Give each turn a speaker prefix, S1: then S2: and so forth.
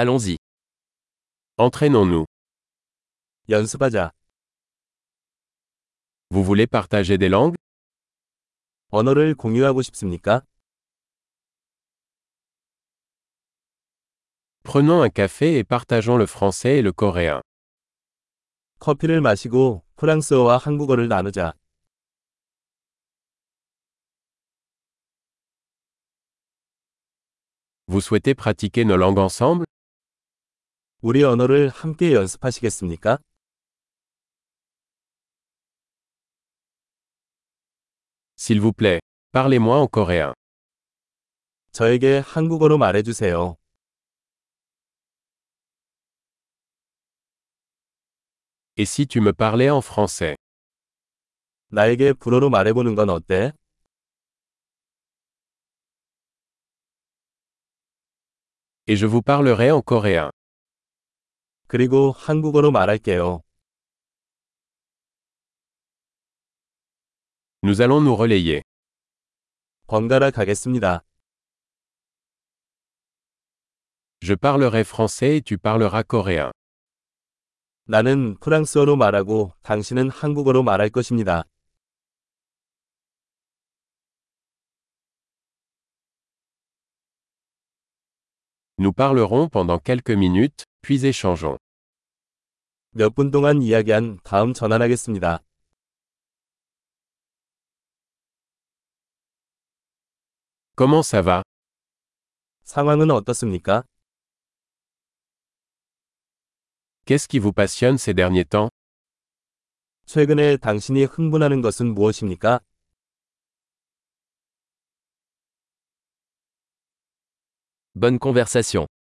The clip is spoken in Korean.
S1: Allons-y.
S2: Entraînons-nous.
S3: 연습하자.
S2: Vous voulez partager des langues
S3: 언어를 공유하고 싶습니까?
S2: Prenons un café et partageons le français et le coréen.
S3: 커피를 마시고 프랑스어와 한국어를 나누자.
S2: Vous souhaitez pratiquer nos langues ensemble
S3: 우리 언어를 함께 연습하시겠습니까?
S2: S'il vous plaît, parlez-moi en coréen.
S3: 저에게 한국어로 말해주세요.
S2: Et si tu me parlais en français
S3: 나에게 불어로 말해보는 건 어때?
S2: Et je vous parlerai en coréen.
S3: 그리고 한국어로 말할게요.
S2: Nous allons nous relayer.
S3: 번갈아 가겠습니다.
S2: Je parlerai français et tu parleras coréen.
S3: 나는 프랑스어로 말하고 당신은 한국어로 말할 것입니다.
S2: Nous parlerons pendant quelques minutes, puis échangeons.
S3: 몇 분 동안 이야기한 다음 전환하겠습니다.
S2: Comment ça va
S3: 상황은 어떻습니까?
S2: Qu'est-ce qui vous passionne ces derniers temps
S3: 최근에 당신이 흥분하는 것은 무엇입니까?
S1: Bonne conversation.